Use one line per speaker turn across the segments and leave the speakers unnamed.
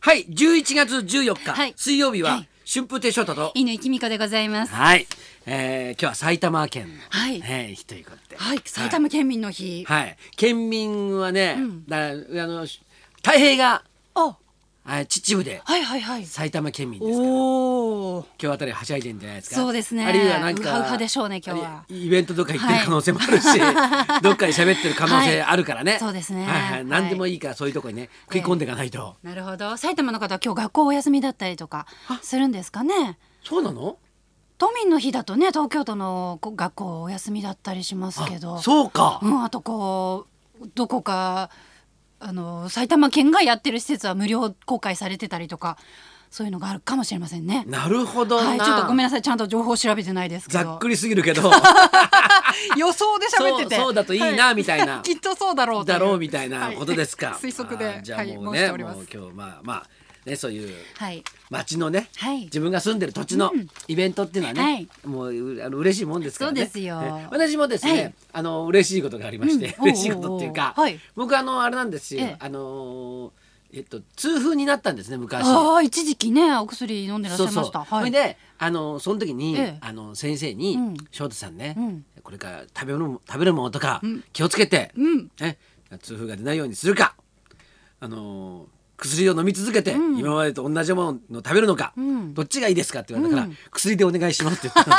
はい、11月14日、
はい
水曜日は、
はい
春風亭昇太と、
犬井美子でございます。
はい、えー今日は埼玉県の、
はい
えー日ということで、
はい、埼玉県民の日。
はい、県民はね、だあの太平が
あ、
あ秩父で
はいはいはい。
埼玉県民ですから。
おお。
今日あたりはしゃいでんじゃないですか。
そうですね
あるいはなんか。
ウハウハでしょうね今日は
イベントどっか行ってる可能性もあるし、 どっかで喋ってる可能性あるからね。
はいそうですね
はいは、
はいい
何でもいいからそういうとこにね食い込んでいかないと。
なるほど。埼玉の方は今日学校お休みだったりとかするんですかね。
そうなの？
都民の日だとね、東京都のこ学校お休みだったりしますけど。
あそうか。
うん、あとこうどこかあの埼玉県がやってる施設は無料公開されてたりとかそういうのがあるかもしれませんね。
なるほどな。
はい、ちょっとごめんなさいちゃんと情報調べてないですけど。
ざっくりすぎる けど
予想で喋ってて
そうそうだといいな
は
みたいな
きっとそうだろうとい
だろうみたいなことですか。
はい 推測で
あーじゃあもう
はい、申
ね、
しておりま
もう
す
今日まあまあねそういう
はい
町のね、
はい
自分が住んでる土地のイベントっていうのはね、
はい
もううあの嬉しいもんですからね。
そうですよ
ね私もですね、
はい
あの嬉しいことがありまして、
うん
嬉しいことっていうか、
おうおうおうはい
僕あのあれなんですよ、
ええ
あのえっと痛風になったんですね昔。
ああ一時期ねお薬飲んでらっしゃ
そう
いま
そう
し。た
そ
は
れ
い
で、あのその時に、
ええ
あの先生に
うん
「翔太さんね、
うん
これから食べるも食べるものとか
ん
気をつけて、
うん
ね痛風が出ないようにするか、あの薬を飲み続けて、
うん
今までと同じものを食べるのか、
うん
どっちがいいですか?」って言われたから、
うん
薬でお願いします」って言った の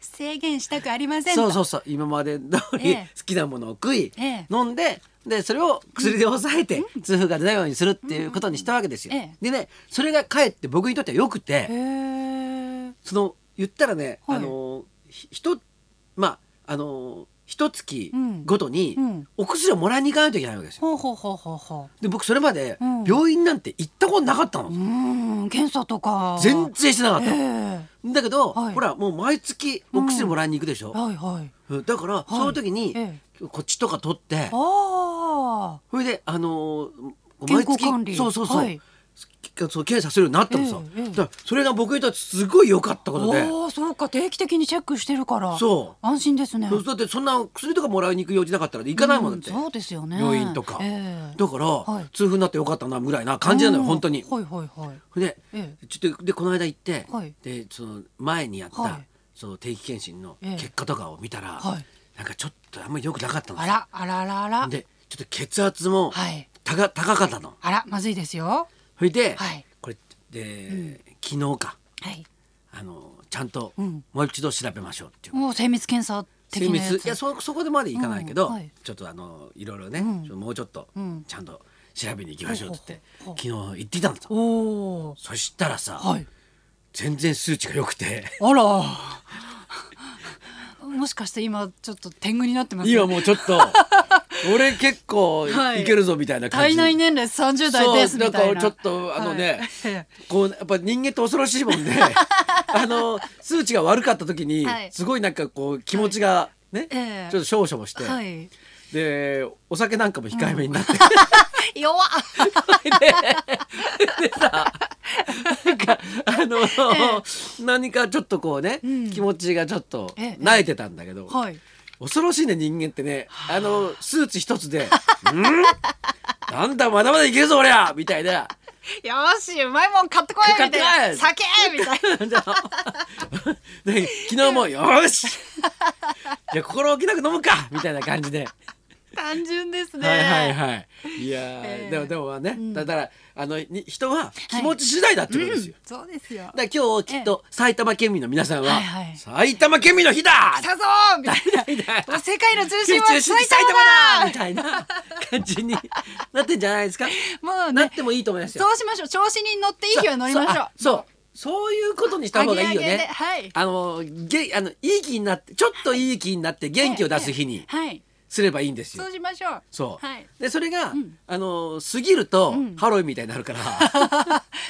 制限したくありませんと
そうそうそう今まで通り好
ええ
きなものを食い、
ええ
飲んででそれを薬で抑えて、痛風が出ないようにするっていうことにしたわけですよ。
ええ
でねそれがかえって僕にとってはよくて。
へえ
その言ったらね、
はい
あのひひとまああの一月
うん
ごとに
うん
お薬をもらいに行かないといけないわけですよ。
ほうほうほうほうほ
で僕それまで
うん
病院なんて行ったことなかったの、
ううーん検査とか
全然してなかった、
え
だけど、
はい
ほらもう毎月お薬もらいに行くでし
え
ょ、
はいはい
うんだからその時に
え
こっちとか取って、
ああ
それであのー
健
毎
康
月
管理
そうそうそう、
はい
そう検査するようになったのさ、
ええええ
だからそれが僕にとってすごい良かったことで
ああそうか定期的にチェックしてるから
そう
安心ですね
そうだってそんな薬とかもらいに行く用事なかったら行かないもんだって、
うそうですよね
病院とか、
ええ
だから、
はい
痛風になってよかったなぐらいな感じなのよ
うん
本当に。
はいはいはい
で、
え
ちょっとでこの間行って、
はい
でその前にやった、
はい
その定期検診の
ええ
結果とかを見たら、
はい
なんかちょっとあんまり良くなかったの
あらあらあらあら
でちょっと血圧も
はい
高,、高かったの。
あらまずいですよ
それで、
はい
これで、昨日か
はい
あのちゃんと
うん
もう一度調べましょうっていう
もう精密検査的
精
なやつ
密いやそそこでまでいかないけど、
うんはい
ちょっとあのいろいろね、
うん
ちょもうちょっと
うん
ちゃんと調べに行きましょうって言
ほうほうほ
って、昨日行
う
ってきたんですよ
おお
そしたらさ、
はい
全然数値が良くて
あら もしかして今ちょっと天狗になってますね
今もうちょ っと俺結構
はい
いけるぞみたいな感
体
じ、
内年齢30代ですみたいな
そうだからちょっとあのね、
はい
こうやっぱ人間って恐ろしいもん であの数値が悪かった時に、
はい
すごいなんかこう気持ちがね、
ええ
ちょっと少々して、
はい
でお酒なんかも控えめになって、
弱っ
なんかあ の、何かちょっとこうね、
うん
気持ちがちょっと
ええ
慣れてたんだけど、
はい
恐ろしいね人間ってねあのスーツ一つで 「うんなんだまだまだいけるぞ俺は!」みたいな
よしうまいもん買ってこいみたい
買
な酒みたいな
じゃあで昨日も「よしじゃあ心置きなく飲むか!」みたいな感じで。
単純ですね。
はいはいはい。いやー、
ええ
でもでもね、
ん
だからあのに人は気持ち次第だってことですよ。
そうですよ。
だから今日きっと埼玉県民の皆さんは、
はいはい
埼玉県民の日だ
来たぞーみた い
みたいな
な。世界の中
集
心
中
は
して埼
埼
玉だみ
玉だ。
たいな感じになってんじゃない ですか。
もう
な
ね
っ、てもいいと思いますよ。
そうしましょう。調子に乗っていい日は乗りましょう。
そうあそうそういうことにした方がいいよ
上げ上げで
ね。
はい
あのげあのいい気になってちょっといい気になって元気を出す日に
はい。
すればいいんですよ
そう。しましょう。
そう、
はい。
でそれが、
ん
あの過ぎると、
ん
ハロウィンみたいになるから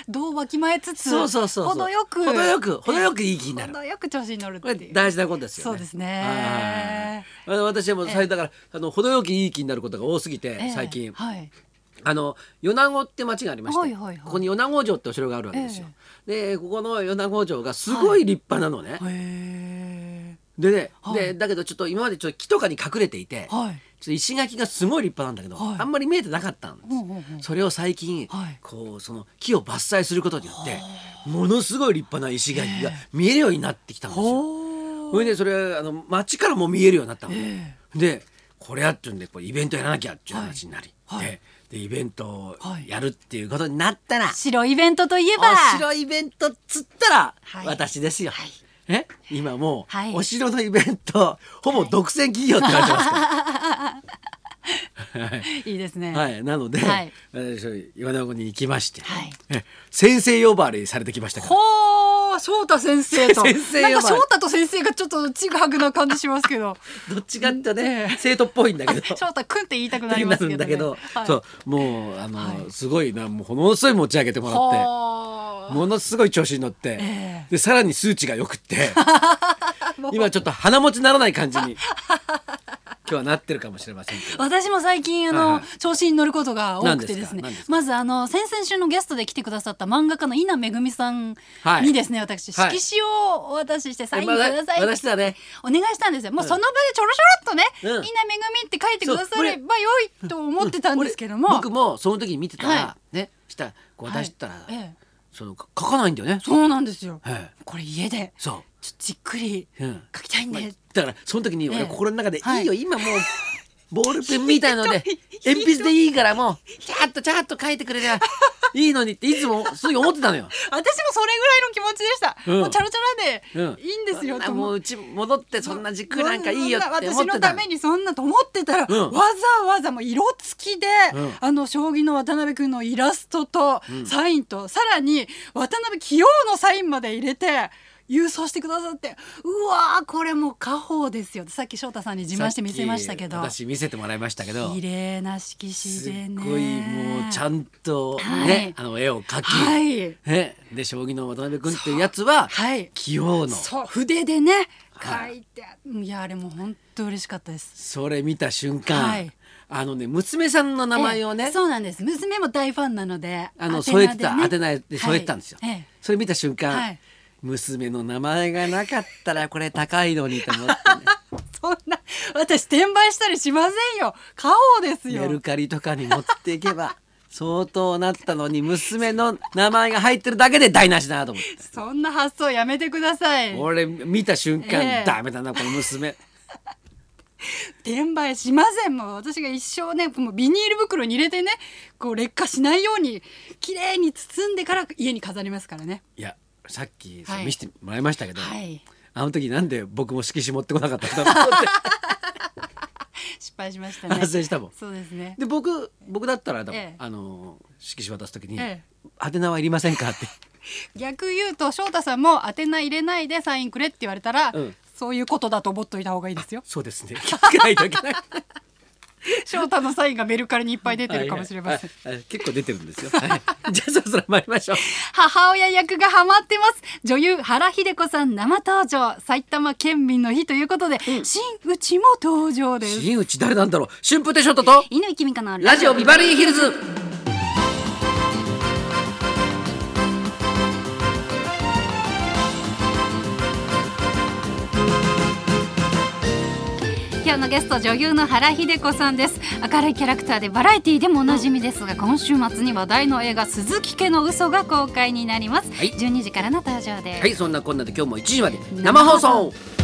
どうわきまえつつ、
そうそうそうそう
程よく、
程よく程よくいい気になる
程よく調子に乗るって
これ
いう。
大事なことですよね
そうですね
はいあの私はもう
ええ
最だからあの程よくいい気になることが多すぎて、
ええ
最近
はい。
あの米子って町がありまして、
はいはいはい
ここに米子城ってお城があるわけですよ、でここの米子城がすごい立派なのね、
へえ。
でね、
はい
でだけどちょっと今までちょっと木とかに隠れていて、
はい。
ちょっと石垣がすごい立派なんだけど、
はい
あんまり見えてなかったんです、
うんうんうん
それを最近、
はい
こうその木を伐採することによってものすごい立派な石垣が見えるようになってきたんですよ。
ほ
それでそれあの街からも見えるようになったので、
え
でこれやっていうんでこれイベントやらなきゃっていう話になり、
はいはい
ででイベントを
はい
やるっていうことになったら、
白イベントといえば
お城イベントっつったら
はい
私ですよ。
はい
え今もう、
はい
お城のイベントほぼ独占企業って言われてますから。
いいですね、
はい、なので、
はい
私は岩名湖に行きまして、
はい
え先生呼ばわりされてきましたから。
ほう翔太先生と
先生呼ば
な
れ
んか翔太と先生がちょっとちぐはぐな感じします けど
どっちかっていうと ね生徒っぽいんだけど。
翔太くんって言いたく
っ
な
て
り
な
ます
る
けど、ね、
んだけど、
はい、
そうもうあの、
はい
すごいなもうものすごい持ち上げてもらって
は
ものすごい調子に乗って、
え
でさらに数値がよくって 今ちょっと鼻持ちならない感じに今日はなってるかもしれませんけど。
私も最近あの、
はいはい
調子に乗ることが多くてです
何です
ね
か何です
まずあの先々週のゲストで来てくださった漫画家の稲めぐみさん
はい
にですね、私
はい
色紙をお渡ししてサインくださいって
私だね
お願いしたんですよもうその場でちょろちょろっとね「稲、
うん
めぐみ」って書いてくださればよいと思ってたんですけども、
俺僕もその時に見てたら、
は
ねしたらこう
は
渡
い
したら、
ええ
その書かないんだよね。
そうなんですよ、
はい
これ家でちょっ
そ
とじっくり
う、うん
書きたいん
ま
で、
あだからその時に
え
俺
え
心の中で「
はい
いいよ今 もうボールペンみたいので
ひどい
鉛筆でいいからもうちゃっとちゃっと書いてくれりゃいいのに」っていつもすぐ思ってたのよ。
私もそれぐらいの気持ちでした、
うん
もうチャラチャラ
うん
でいいんですよ
そんな
と思って
もううち戻ってそんな軸なんかいいよって思
そ
っ
ん
て
な私の
た
た
の
めにそんなと思ってたら、
うん
わざわざもう色付きで、
うん
あの将棋の渡辺君のイラストと
うん
サインと、さらに渡辺棋王のサインまで入れて郵送してくださってうわーこれもう家宝ですよさっき翔太さんに自慢して見せましたけど
さっき私見せてもらいましたけど
綺麗な色紙
す
で
っ
ね
ごいもうちゃんと
はい
ねあの絵を描き
はい
ねで将棋の渡辺君っていうやつは
はい
棋王の
そう筆でね
は
書
い
いて、い、やあれもう本当嬉しかったです
それ見た瞬
は
間
い
あのね娘さんの 名前を
ええ
ね
そうなんです娘も大ファンなので
あの
宛名
添えて
で
た
ね
当てないで添えてたんですよ、
はいええ
それ見た瞬間、
はい
娘の名前がなかったらこれ高いのにと思 って
そんな私転売したりしませんよ買おうです
ね
よ
メルカリとかに持っていけば相当なったのに娘の名前が入ってるだけで台無しだなと思って
そんな発想やめてください
俺見た瞬間、
ええ
ダメだなこの娘
転売しませんもう私が一生ねもうビニール袋に入れてねこう劣化しないように綺麗に包んでから家に飾りますからね
いやさっき
はい
見せてもらいましたけど、
はい
あの時なんで僕も色紙持ってこなかったんだろうって
失敗しましたね
反省したもん
そうです ね
で僕僕だったらだもん、
ええ
あの色紙渡す時に
ええ
「宛名はいりません か?」って
逆言うと翔太さんも宛名入れないでサインくれって言われたら、
うん
そういうことだと思っといた方がいいで すよ
そうですね。気をつけないとい けない。
翔太のサインがメルカリにいっぱい出てるかもしれません、
はい。はい結構出てるん ですよ。はい、じゃあそろそろ参りましょう。
母親役がハマってます女優原秀子さん生登場埼玉県民の日ということで、新内も登場です
新内誰なんだろう。春風亭昇太と
犬井君香の
ラジオビバリーヒルズ。
今日のゲスト女優の原秀子さんです明るいキャラクターでバラエティでもおなじみですが、今週末に話題の映画鈴木家の嘘が公開になります、
はい
12時からの登場です、
はい、そんなこんなで今日も1時まで生放送。